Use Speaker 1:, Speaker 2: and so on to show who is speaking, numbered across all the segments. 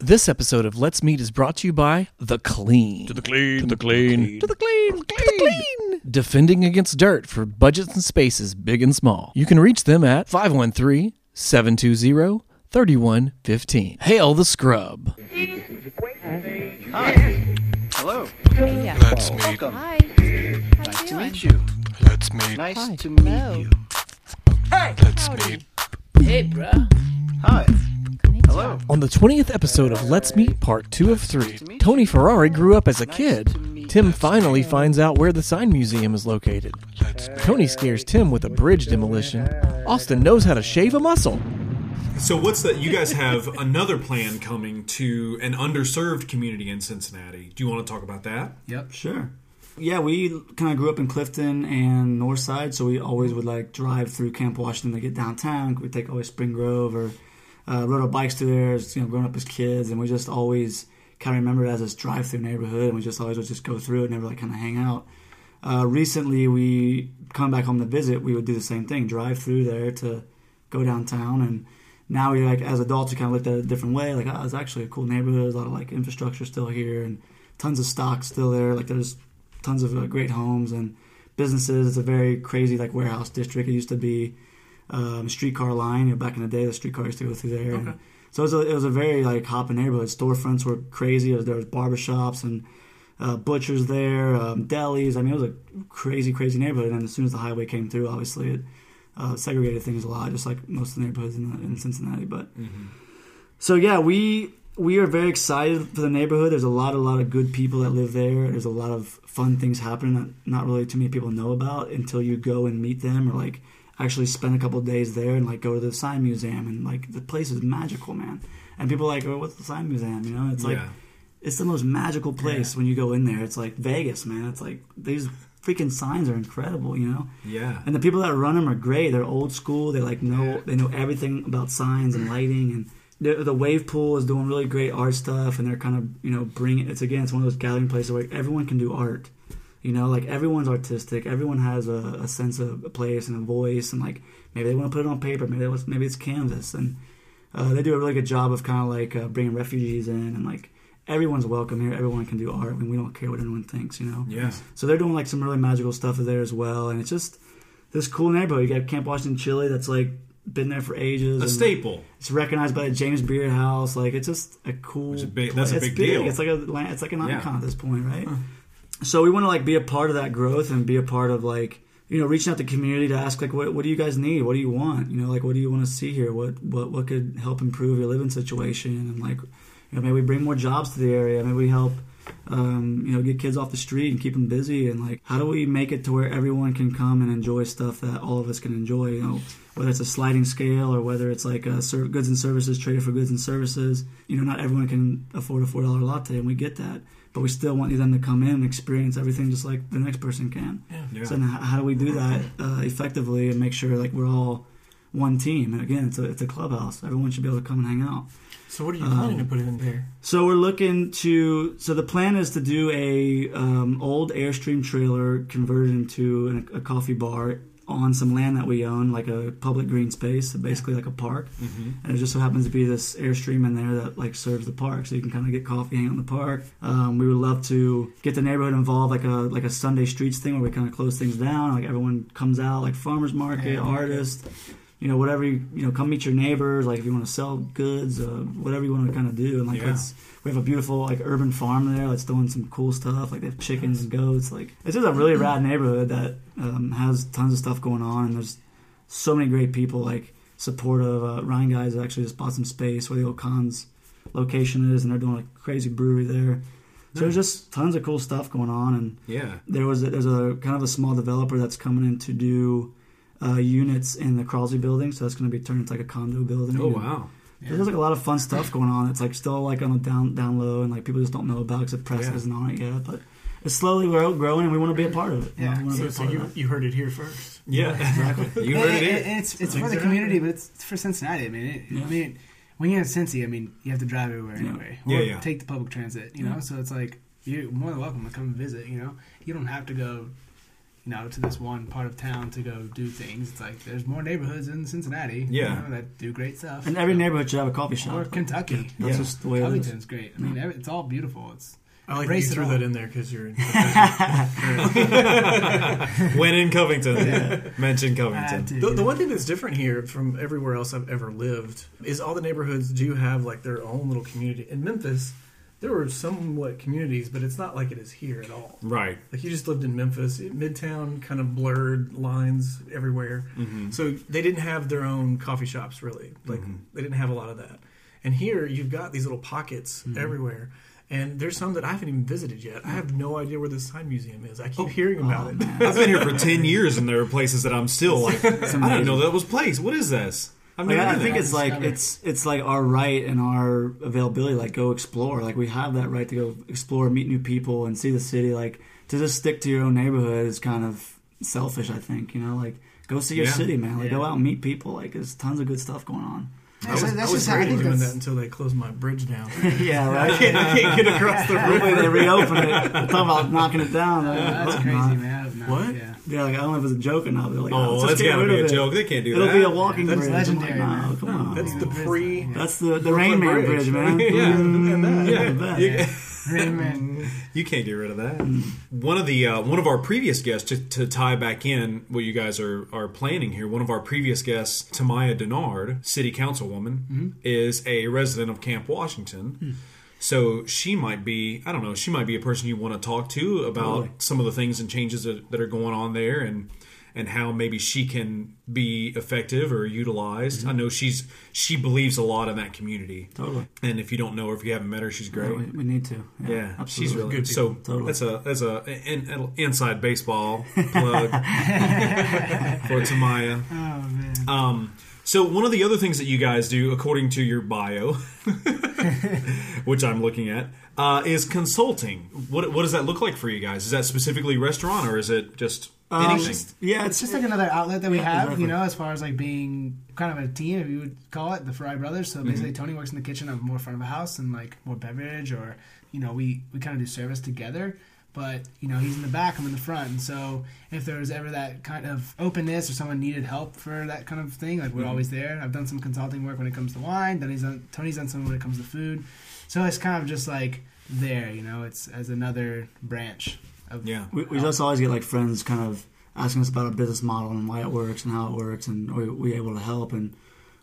Speaker 1: This episode of Let's Meet is brought to you by The Clean.
Speaker 2: To the clean, to the clean.
Speaker 1: To the clean, to the clean. Defending against dirt for budgets and spaces big and small. You can reach them at 513-720-3115. Hail the scrub.
Speaker 3: Hello.
Speaker 2: Let's meet.
Speaker 3: Welcome.
Speaker 4: Hi.
Speaker 3: Nice to
Speaker 4: How you
Speaker 3: meet you.
Speaker 2: Let's meet.
Speaker 3: Nice
Speaker 4: Hi.
Speaker 3: to meet
Speaker 4: Hello.
Speaker 3: you.
Speaker 2: Let's meet.
Speaker 3: Hi.
Speaker 4: doing?
Speaker 3: Hello.
Speaker 1: On the 20th episode of Let's Meet Part 2 of 3, Tony Ferrari grew up as a kid. Tim finally finds out where the sign museum is located.
Speaker 2: Let's meet.
Speaker 1: Tony scares Tim with a bridge demolition. Austin knows how to shave a muscle.
Speaker 5: So what's that? You guys have another plan coming to an underserved community in Cincinnati. Do you want to talk about that?
Speaker 6: Yep, sure. Yeah, we kind of grew up in Clifton and North Side, so we always would like drive through Camp Washington to get downtown. We'd take always Spring Grove or uh, rode our bikes through there, as, you know, growing up as kids, and we just always kind of remember it as this drive-through neighborhood, and we just always would just go through it, never like kind of hang out. Uh, recently, we come back home to visit. We would do the same thing, drive through there to go downtown, and now we like as adults we kind of looked at it a different way. Like, oh, it's actually a cool neighborhood. There's a lot of like infrastructure still here, and tons of stock still there. Like, there's tons of uh, great homes and businesses. It's a very crazy like warehouse district. It used to be um, streetcar line. You know, back in the day, the streetcar used to go through there. And so it was, a, it was a very like hopping neighborhood. Storefronts were crazy. There was, there was barbershops and uh, butchers there, um, delis. I mean, it was a crazy, crazy neighborhood. And as soon as the highway came through, obviously it uh, segregated things a lot, just like most of the neighborhoods in, the, in Cincinnati. But so yeah, we we are very excited for the neighborhood. There's a lot, a lot of good people that live there. There's a lot of fun things happening that not really too many people know about until you go and meet them or like actually spend a couple of days there and like go to the sign museum and like the place is magical, man. And people are like, oh, what's the sign museum? You know, it's like
Speaker 5: Yeah.
Speaker 6: it's the most magical place when you go in there. It's like Vegas, man. It's like these freaking signs are incredible, you know.
Speaker 5: Yeah.
Speaker 6: And the people that run them are great. They're old school. They like know they know everything about signs and lighting and the, the wave pool is doing really great art stuff and they're kind of you know bringing it's again it's one of those gathering places where everyone can do art you know like everyone's artistic everyone has a, a sense of a place and a voice and like maybe they want to put it on paper maybe it was, maybe it's canvas and uh, they do a really good job of kind of like uh, bringing refugees in and like everyone's welcome here everyone can do art and we don't care what anyone thinks you know
Speaker 5: Yeah.
Speaker 6: so they're doing like some really magical stuff there as well, and it's just this cool neighborhood. You got Camp Washington Chili that's like been there for ages.
Speaker 5: A
Speaker 6: and
Speaker 5: staple.
Speaker 6: It's recognized by the James Beard House. Like it's just a cool.
Speaker 5: Which is big- that's a
Speaker 6: it's
Speaker 5: big deal.
Speaker 6: It's like a la- it's like an
Speaker 5: Yeah. Uh-huh.
Speaker 6: icon at this point, right? So we want to like be a part of that growth and be a part of like you know reaching out to the community to ask like what what do you guys need? What do you want? You know like what do you want to see here? What what what could help improve your living situation and like you know maybe we bring more jobs to the area. Maybe we help um, you know, get kids off the street and keep them busy. And like, how do we make it to where everyone can come and enjoy stuff that all of us can enjoy? You know, whether it's a sliding scale or whether it's like a ser- goods and services traded for goods and services. You know, not everyone can afford a four dollar latte, and we get that. But we still want them to come in and experience everything just like the next person can.
Speaker 5: Yeah.
Speaker 6: So then, h- how do we do that uh, effectively and make sure like we're all one team? And again, it's a, it's a clubhouse. Everyone should be able to come and hang out. Uh,
Speaker 7: So what are you planning to put in there?
Speaker 6: So we're looking to. So the plan is to do a um, old Airstream trailer converted into an, a coffee bar on some land that we own, like a public green space, so basically like a park. And it just so happens to be this Airstream in there that like serves the park, so you can kind of get coffee, hang out in the park. Um, we would love to get the neighborhood involved, like a like a Sunday streets thing where we kind of close things down, like everyone comes out, like farmers market, artists you know whatever you, you know come meet your neighbors like if you want to sell goods uh, whatever you want to kind of do and like
Speaker 5: Yeah.
Speaker 6: let's we have a beautiful like urban farm there that's doing some cool stuff like they have chickens and goats like it's just a really rad neighborhood that um, has tons of stuff going on and there's so many great people like supportive uh, ryan guys actually just bought some space where the old cons location is and they're doing a crazy brewery there so there's just tons of cool stuff going on and
Speaker 5: Yeah.
Speaker 6: there was a, there's a kind of a small developer that's coming in to do uh, units in the Crosley building, so that's going to be turned into like a condo building.
Speaker 5: Oh
Speaker 6: And
Speaker 5: wow.
Speaker 6: There's like a lot of fun stuff going on. It's like still like on the down down low, and like people just don't know about because the press
Speaker 5: Yeah.
Speaker 6: isn't on it yet. But it's slowly grow, growing, and we want to be a part of it.
Speaker 7: Yeah.
Speaker 6: you know? we
Speaker 7: So,
Speaker 6: want to
Speaker 7: so
Speaker 6: be a part
Speaker 7: you,
Speaker 6: of
Speaker 7: you heard it here first.
Speaker 5: Yeah. you heard it.
Speaker 7: And-
Speaker 5: here.
Speaker 7: and- and it's it's for
Speaker 6: Things
Speaker 7: the
Speaker 6: are
Speaker 7: community, but it's for Cincinnati. I mean, it, I mean, when you have Cincy, I mean, you have to drive everywhere anyway,
Speaker 5: Yeah,
Speaker 7: or
Speaker 5: yeah.
Speaker 7: take the public transit. You know, so it's like you're more than welcome to come visit. You know, you don't have to go. you know, to this one part of town to go do things. It's like there's more neighborhoods in Cincinnati,
Speaker 5: Yeah.
Speaker 7: you know, that do great stuff.
Speaker 6: And every neighborhood should have a coffee
Speaker 7: or
Speaker 6: shop.
Speaker 7: Kentucky,
Speaker 6: That's
Speaker 7: yeah.
Speaker 6: just the way it is.
Speaker 7: Covington's great. I mean, every, it's all beautiful. It's
Speaker 4: I like
Speaker 7: Race
Speaker 4: you
Speaker 7: it
Speaker 4: threw
Speaker 7: all.
Speaker 4: that in there because you're. In,
Speaker 5: When in Covington, mention Covington.
Speaker 7: Ah, dude.
Speaker 4: the, the one thing that's different here from everywhere else I've ever lived is all the neighborhoods do have like their own little community. In Memphis, there were somewhat communities, but it's not like it is here at all.
Speaker 5: Right.
Speaker 4: Like you just lived in Memphis, Midtown, kind of blurred lines everywhere. So they didn't have their own coffee shops really. Like they didn't have a lot of that. And here you've got these little pockets everywhere. And there's some that I haven't even visited yet. I have no idea where the sign museum is. I keep hearing
Speaker 6: oh,
Speaker 4: about it.
Speaker 5: I've been here for 10 years and there are places that I'm still like, I didn't know that was place. What is this? I've
Speaker 6: Like,
Speaker 5: never
Speaker 6: I
Speaker 5: been
Speaker 6: think
Speaker 5: there.
Speaker 6: it's like it's it's like our right and our availability. Like go explore. Like we have that right to go explore, meet new people, and see the city. Like to just stick to your own neighborhood is kind of selfish. I think you know. Like go see your
Speaker 5: Yeah.
Speaker 6: city, man. Like go
Speaker 7: Yeah.
Speaker 6: out and meet people. Like there's tons of good stuff going on.
Speaker 7: that's,
Speaker 4: I
Speaker 7: that's
Speaker 4: was
Speaker 7: just how I
Speaker 4: afraid of
Speaker 7: think
Speaker 4: doing
Speaker 7: that's,
Speaker 4: that until they close my bridge down.
Speaker 6: Yeah, right.
Speaker 4: I can't get across the
Speaker 6: Hopefully
Speaker 4: river.
Speaker 6: they reopen it. Talking about knocking it down. I
Speaker 7: that's
Speaker 6: hope
Speaker 7: crazy,
Speaker 6: not.
Speaker 7: man. I have not-
Speaker 4: What?
Speaker 7: Yeah.
Speaker 6: Yeah, like I don't know if it's a joke or not. But like,
Speaker 5: Oh,
Speaker 6: let's
Speaker 5: well,
Speaker 6: just
Speaker 5: that's
Speaker 6: get
Speaker 5: gotta
Speaker 6: rid
Speaker 5: be
Speaker 6: of
Speaker 5: a
Speaker 6: it.
Speaker 5: joke. They can't do
Speaker 6: It'll
Speaker 5: that.
Speaker 6: be a walking
Speaker 7: That's
Speaker 6: bridge.
Speaker 7: legendary,
Speaker 6: I'm like, nah,
Speaker 7: man.
Speaker 6: come on.
Speaker 4: That's
Speaker 6: man.
Speaker 4: the pre.
Speaker 6: That's the the Rain Man
Speaker 4: Brooklyn
Speaker 6: bridge,
Speaker 4: Bridge.
Speaker 6: man.
Speaker 5: Yeah.
Speaker 4: And that.
Speaker 5: Yeah.
Speaker 6: The best.
Speaker 5: You-
Speaker 7: Raymond.
Speaker 5: You can't get rid of that. One of the uh, one of our previous guests to, to tie back in what you guys are are planning here. One of our previous guests, Tamaya Denard, city councilwoman, is a resident of Camp Washington. So she might be, I don't know, she might be a person you want to talk to about some of the things and changes that, that are going on there and and how maybe she can be effective or utilized. I know she's she believes a lot in that community.
Speaker 6: Totally.
Speaker 5: And if you don't know her, if you haven't met her, she's great.
Speaker 6: We, we need to.
Speaker 5: Yeah,
Speaker 6: absolutely.
Speaker 5: she's really good. So
Speaker 6: Totally.
Speaker 5: that's a that's a an, an inside baseball plug for Tamaya.
Speaker 7: Oh man.
Speaker 5: Um, so one of the other things that you guys do, according to your bio, which I'm looking at, uh, is consulting. What what does that look like for you guys? Is that specifically restaurant or is it just
Speaker 4: Uh,
Speaker 5: anything?
Speaker 6: Yeah,
Speaker 7: It's
Speaker 6: it's
Speaker 7: just like another outlet that we have,
Speaker 6: exactly.
Speaker 7: you know, as far as like being kind of a team, if you would call it, the Fry Brothers. So basically, Tony works in the kitchen. I'm more front of the house and like more beverage, or you know, we we kind of do service together. But you know, he's in the back, I'm in the front, and so if there was ever that kind of openness or someone needed help for that kind of thing, like we're always there. I've done some consulting work when it comes to wine. Then he's done, Tony's done some when it comes to food. So it's kind of just like there, you know, it's as another branch of
Speaker 5: Yeah.
Speaker 6: we, we just always get like friends kind of asking us about our business model and why it works and how it works and are we able to help and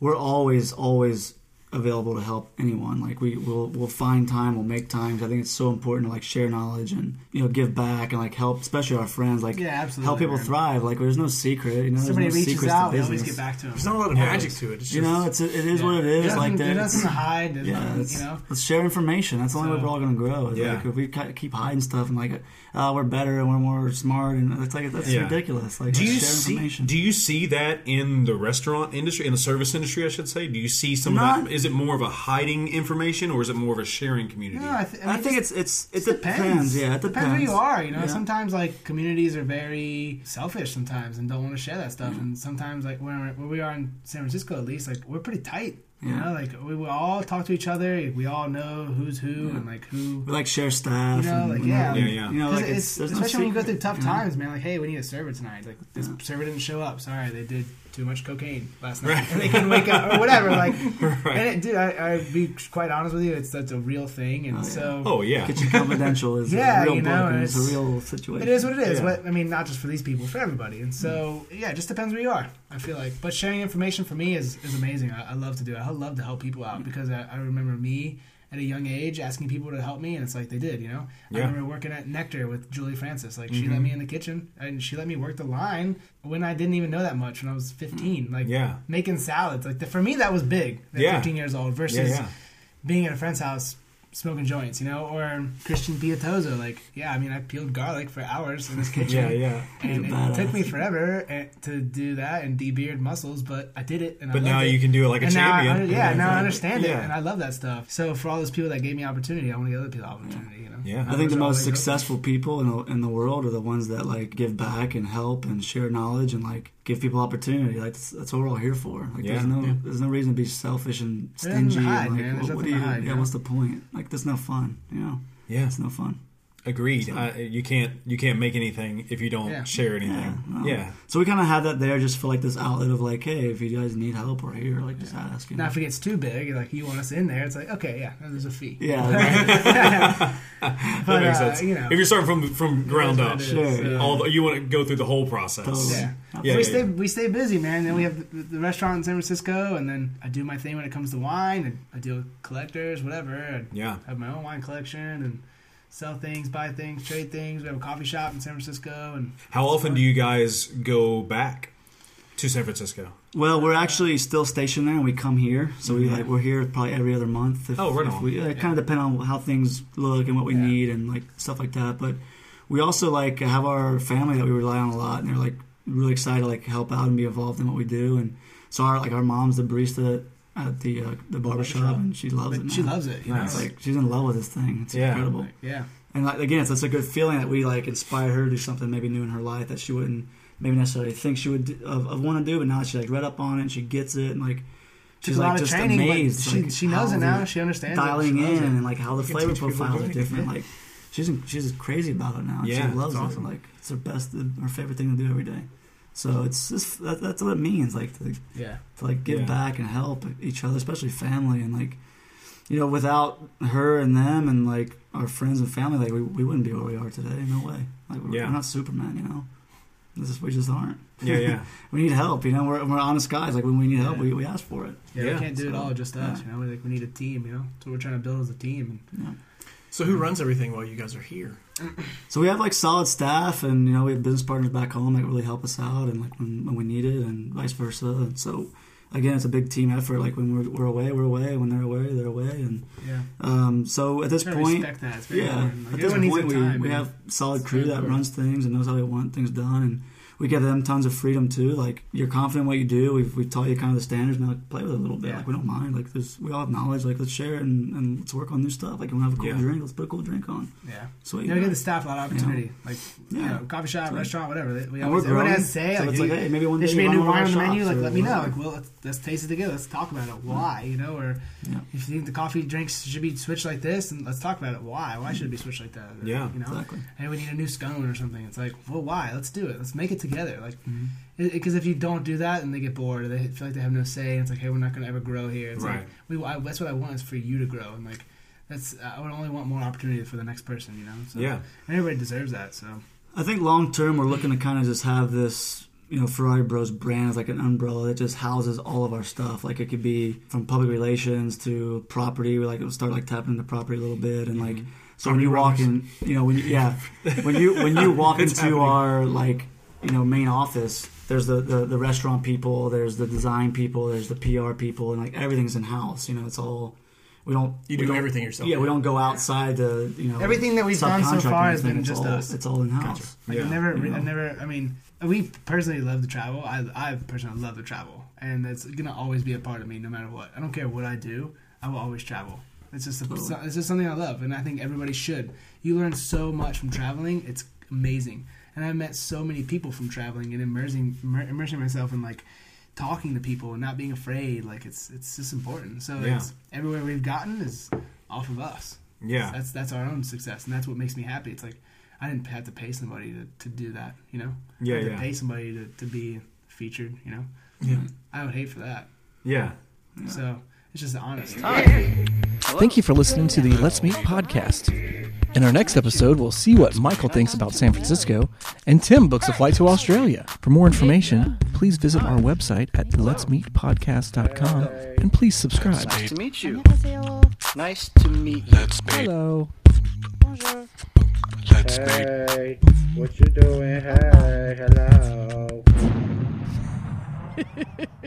Speaker 6: we're always always available to help anyone like we will we'll find time we'll make time 'Cause i think it's so important to like share knowledge and you know give back and like help especially our friends like
Speaker 7: Yeah, absolutely,
Speaker 6: help people
Speaker 7: man.
Speaker 6: thrive like there's no secret you know
Speaker 7: somebody
Speaker 6: there's no
Speaker 7: reaches
Speaker 6: secrets
Speaker 7: out,
Speaker 6: to
Speaker 7: we always
Speaker 6: business
Speaker 7: get back to him.
Speaker 4: There's not a lot of magic to it. It's just,
Speaker 6: you know it's it is what it
Speaker 7: There's
Speaker 6: is like
Speaker 7: nothing-
Speaker 6: that
Speaker 7: there's nothing to hide. There's
Speaker 6: yeah,
Speaker 7: nothing,
Speaker 6: let's,
Speaker 7: you know.
Speaker 6: let's share information. That's the only way we're all going to grow. Is
Speaker 5: Yeah.
Speaker 6: Like if we ki- keep hiding stuff and like, oh, we're better and we're more smart and that's like that's
Speaker 5: Yeah.
Speaker 6: ridiculous. Like,
Speaker 5: Do
Speaker 6: let's
Speaker 5: you
Speaker 6: share
Speaker 5: see?
Speaker 6: information.
Speaker 5: Do you see that in the restaurant industry, in the service industry, I should say? Do you see some of
Speaker 6: Not-
Speaker 5: that? Is it more of a hiding information, or is it more of a sharing community?
Speaker 7: No, I, th-
Speaker 6: I,
Speaker 7: mean,
Speaker 6: think
Speaker 7: it
Speaker 6: it's it's it
Speaker 7: just
Speaker 6: depends. Yeah, it depends.
Speaker 7: who you are. You know,
Speaker 6: Yeah.
Speaker 7: sometimes like communities are very selfish sometimes and don't want to share that stuff. And sometimes like where, where we are in San Francisco, at least like we're pretty tight. You
Speaker 6: Yeah.
Speaker 7: know, like we, we all talk to each other. We all know who's who and like who.
Speaker 6: We like share staff.
Speaker 7: You know,
Speaker 6: and,
Speaker 7: like,
Speaker 6: you know,
Speaker 7: yeah.
Speaker 5: Yeah, yeah.
Speaker 6: You know,
Speaker 7: 'Cause
Speaker 6: like it's,
Speaker 7: it's,
Speaker 6: there's no
Speaker 7: especially when you go
Speaker 6: secret,
Speaker 7: through tough
Speaker 6: you know?
Speaker 7: times, man. Like, hey, we need a server tonight. Like, this server didn't show up. Sorry, they did too much cocaine last night, and they couldn't wake up or whatever. Like, and it, dude, I, I be quite honest with you, it's that's a real thing, and so
Speaker 5: Oh yeah.
Speaker 6: Kitchen confidential is
Speaker 7: Yeah,
Speaker 6: a real
Speaker 7: you know,
Speaker 6: book and it's,
Speaker 7: it's-
Speaker 6: a real situation.
Speaker 7: It is what it is.
Speaker 6: Yeah.
Speaker 7: But I mean, not just for these people, for everybody. And so, yeah, it just depends where you are. I feel like, but sharing information for me is, is amazing. I, I love to do. it. I love to help people out because I, I remember me at a young age asking people to help me, and it's like they did. You know,
Speaker 5: Yeah. Mm-hmm.
Speaker 7: I remember working at Nectar with Julie Francis. Like she let me in the kitchen and she let me work the line when I didn't even know that much when I was 15. Like
Speaker 5: Yeah.
Speaker 7: making salads. Like the, for me, that was big. At
Speaker 5: Yeah.
Speaker 7: 15 years old versus
Speaker 5: yeah, yeah.
Speaker 7: being at a friend's house smoking joints, you know, or Christian Piatozo. Like, yeah, I mean, I peeled garlic for hours in this kitchen.
Speaker 5: Yeah, yeah.
Speaker 7: And
Speaker 6: He's a
Speaker 7: it took me
Speaker 6: badass.
Speaker 7: forever eh, to do that and de-beard muscles, but I did it. And
Speaker 5: But
Speaker 7: I
Speaker 5: now
Speaker 7: loved it.
Speaker 5: you can do it like a
Speaker 7: and now I,
Speaker 5: champion.
Speaker 7: yeah, now I understand it,
Speaker 5: Yeah.
Speaker 7: and I love that stuff. So for all those people that gave me opportunity, I want to give other people opportunity. You know,
Speaker 5: Yeah.
Speaker 6: I think
Speaker 7: Those
Speaker 6: the
Speaker 7: are all
Speaker 6: most
Speaker 7: like- "Oh,
Speaker 6: successful people in the, in the world are the ones that like give back and help and share knowledge and like give people opportunity. Like that's, that's what we're all here for. Like
Speaker 5: Yeah.
Speaker 6: there's no there's no reason to be selfish and
Speaker 7: There's nothing to
Speaker 6: stingy.
Speaker 7: hide,
Speaker 6: and,
Speaker 7: man.
Speaker 6: like,
Speaker 7: There's
Speaker 6: what,
Speaker 7: nothing
Speaker 6: what do
Speaker 7: to
Speaker 6: you?
Speaker 7: hide,
Speaker 6: yeah,
Speaker 7: yeah.
Speaker 6: what's the point? Like there's no fun. You know,
Speaker 5: Yeah.
Speaker 6: it's no fun.
Speaker 5: Agreed. I, you can't you can't make anything if you don't
Speaker 7: Yeah.
Speaker 5: share anything. Yeah.
Speaker 6: So we kind of have that there just for like this outlet of like, hey, if you guys need help, we're here. Like, just ask. You know?
Speaker 7: Now, if it gets too big, like you want us in there, it's like okay, yeah, there's a fee.
Speaker 6: yeah, like,
Speaker 7: But,
Speaker 5: that makes
Speaker 7: uh,
Speaker 5: sense.
Speaker 7: you know,
Speaker 5: if you're starting from from ground
Speaker 7: what
Speaker 5: up,
Speaker 7: it is.
Speaker 6: Sure, yeah.
Speaker 5: all the- you want to go through the whole process.
Speaker 6: Totally.
Speaker 7: Yeah.
Speaker 5: Yeah,
Speaker 7: we
Speaker 5: yeah,
Speaker 7: stay
Speaker 5: yeah.
Speaker 7: we stay busy, man. Then we have the, the restaurant in San Francisco, and then I do my thing when it comes to wine, and I deal with collectors, whatever. I
Speaker 5: Yeah.
Speaker 7: have my own wine collection and sell things, buy things, trade things. We have a coffee shop in San Francisco, and
Speaker 5: How often do you guys go back to San Francisco?
Speaker 6: well, we're actually still stationed there, and we come here. So we like we're here probably every other month. If,
Speaker 5: Oh, right
Speaker 6: if
Speaker 5: on.
Speaker 6: we, It kind of depend on how things look and what we
Speaker 7: Yeah.
Speaker 6: need and like stuff like that. But we also like have our family that we rely on a lot, and they're like really excited to like help out and be involved in what we do. And so our like our mom's the barista at the uh, the barbershop, and she loves it.
Speaker 7: but she
Speaker 6: man.
Speaker 7: loves it. You
Speaker 5: Nice.
Speaker 6: It's
Speaker 7: know?
Speaker 6: like she's in love with this thing. It's
Speaker 5: Yeah.
Speaker 6: incredible.
Speaker 7: Like, yeah,
Speaker 6: And like again, it's, it's a good feeling that we like inspire her to do something maybe new in her life that she wouldn't maybe necessarily think she would do- of, of want to do, but now she like read up on it and she gets it and like
Speaker 7: Took
Speaker 6: she's
Speaker 7: a lot
Speaker 6: like
Speaker 7: of
Speaker 6: just
Speaker 7: training, but
Speaker 6: amazed.
Speaker 7: she-
Speaker 6: like,
Speaker 7: she knows
Speaker 6: how
Speaker 7: it now.
Speaker 6: they're
Speaker 7: She understands it. She
Speaker 6: dialing
Speaker 7: loves
Speaker 6: in
Speaker 7: it.
Speaker 6: and like how the
Speaker 4: can
Speaker 6: flavor
Speaker 4: teach people
Speaker 6: profiles are
Speaker 4: anything,
Speaker 6: different. Like she's she's crazy about it now. and
Speaker 5: Yeah,
Speaker 6: she loves
Speaker 4: that's
Speaker 6: it.
Speaker 4: awesome.
Speaker 6: Like it's her best, her favorite thing to do every day. So it's just that, that's what it means. Like to,
Speaker 7: yeah.
Speaker 6: to like give
Speaker 5: Yeah.
Speaker 6: back and help each other, especially family and like you know, without her and them and like our friends and family, like we, we wouldn't be where we are today. No way. Like we're,
Speaker 5: Yeah.
Speaker 6: we're not Superman, you know. This is, we just aren't.
Speaker 5: Yeah, yeah.
Speaker 6: We need help, you know. We're, we're honest guys. Like when we need help,
Speaker 7: Yeah.
Speaker 6: we, we ask for it.
Speaker 7: Yeah,
Speaker 5: Yeah,
Speaker 7: we can't do it
Speaker 6: so,
Speaker 7: all just us, you know. We're like, we need a team, you know. So we're trying to build as a team.
Speaker 6: You know?
Speaker 4: So who runs everything while you guys are here?
Speaker 6: So we have like solid staff, and you know we have business partners back home that really help us out, and like when, when we need it, and vice versa. And so again, it's a big team effort. Like when we're, we're away, we're away. When they're away, they're away. And
Speaker 7: Yeah,
Speaker 6: um, so at this
Speaker 7: Gotta
Speaker 6: point,
Speaker 7: respect that. It's very
Speaker 6: Yeah,
Speaker 7: important. Like,
Speaker 6: at this
Speaker 7: everyone needs
Speaker 6: point, we,
Speaker 7: their time,
Speaker 6: we
Speaker 7: you know?
Speaker 6: have solid
Speaker 7: It's
Speaker 6: crew
Speaker 7: very
Speaker 6: that
Speaker 7: important.
Speaker 6: runs things and knows how they want things done, and we give them tons of freedom too. Like you're confident in what you do. We've, we've taught you kind of the standards. Now play with it a little bit.
Speaker 7: Yeah.
Speaker 6: Like we don't mind. Like there's, we all have knowledge. Like let's share it and, and let's work on new stuff. Like you want to have a cool
Speaker 5: Yeah.
Speaker 6: drink? Let's put a cool drink on.
Speaker 7: yeah.
Speaker 6: So
Speaker 7: Yeah, we give the staff a lot of opportunity, like you
Speaker 6: Yeah.
Speaker 7: know, coffee shop,
Speaker 6: So-
Speaker 7: restaurant, whatever. They- We
Speaker 6: And we're
Speaker 7: always, everyone
Speaker 6: growing,
Speaker 7: has a say.
Speaker 6: so
Speaker 7: like,
Speaker 6: it's
Speaker 7: you-
Speaker 6: like, hey, maybe one
Speaker 7: there
Speaker 6: day
Speaker 7: should be a
Speaker 6: you
Speaker 7: new
Speaker 6: run one
Speaker 7: wine on
Speaker 6: of
Speaker 7: the
Speaker 6: our
Speaker 7: menu.
Speaker 6: shops
Speaker 7: Like,
Speaker 6: or
Speaker 7: let me know.
Speaker 6: whatever.
Speaker 7: Like, well, let's, let's taste it together. Let's talk about it. Why, you know, or
Speaker 6: Yeah.
Speaker 7: if you think the coffee drinks should be switched like this, and let's talk about it. Why? Why should it be switched like that? Or,
Speaker 5: Yeah,
Speaker 7: you know,
Speaker 6: exactly.
Speaker 7: hey, we need a new scone or something. It's like, well, why? Let's do it. Let's make it together. Like,
Speaker 6: Mm-hmm.
Speaker 7: because if you don't do that, and they get bored, or they feel like they have no say, and it's like, hey, we're not going to ever grow here. It's
Speaker 5: Right.
Speaker 7: like, we, I, that's what I want is for you to grow, and like. That's I would only want more opportunity for the next person, you know. So
Speaker 5: Yeah.
Speaker 7: and everybody deserves that. So
Speaker 6: I think long term, we're looking to kind of just have this, you know, Ferrari Bros brand as like an umbrella that just houses all of our stuff. Like it could be from public relations to property. We like it'll start like tapping into property a little bit, and like
Speaker 4: Mm-hmm.
Speaker 6: so when you walk in, you know, when you, yeah, when you when you walk into our like you know main office, there's the, the the restaurant people, there's the design people, there's the PR people, and like everything's in house. You know, it's all. We don't.
Speaker 4: You
Speaker 6: we
Speaker 4: do
Speaker 6: don't-
Speaker 4: everything yourself.
Speaker 6: Yeah, we don't go outside to you know.
Speaker 7: Everything that we've done so
Speaker 6: subcontract
Speaker 7: far has
Speaker 6: anything.
Speaker 7: been
Speaker 6: It's
Speaker 7: just
Speaker 6: all-
Speaker 7: us.
Speaker 6: It's all in house.
Speaker 7: Like
Speaker 5: Yeah,
Speaker 7: I never,
Speaker 6: you know.
Speaker 7: I never. I mean, we personally love to travel. I, I personally love to travel, and it's gonna always be a part of me, no matter what. I don't care what I do. I will always travel. It's just, a,
Speaker 6: Totally.
Speaker 7: it's just something I love, and I think everybody should. You learn so much from traveling. It's amazing, and I met so many people from traveling and immersing, immer- immersing myself in like talking to people and not being afraid. Like it's, it's just important. So
Speaker 5: Yeah.
Speaker 7: it's, everywhere we've gotten is off of us.
Speaker 5: Yeah.
Speaker 7: That's that's our own success, and that's what makes me happy. It's like I didn't have to pay somebody to, to do that, you know. I
Speaker 5: Yeah,
Speaker 7: had to
Speaker 5: yeah.
Speaker 7: Pay somebody to, to be featured, you know.
Speaker 4: Yeah.
Speaker 7: I would hate for that.
Speaker 5: Yeah.
Speaker 7: So it's just honest.
Speaker 1: Thank you for listening to the Let's Meet podcast. In our next episode, we'll see what Michael thinks about San Francisco, and Tim books a flight to Australia. For more information, please visit our website at letsmeetpodcast.com and please subscribe.
Speaker 2: Let's
Speaker 3: Nice to meet you.
Speaker 8: 안녕하세요.
Speaker 3: Nice to meet you.
Speaker 2: Let's meet.
Speaker 1: Hello.
Speaker 8: Bonjour.
Speaker 2: Let's meet.
Speaker 9: Hey, what you doing? Hey, hello.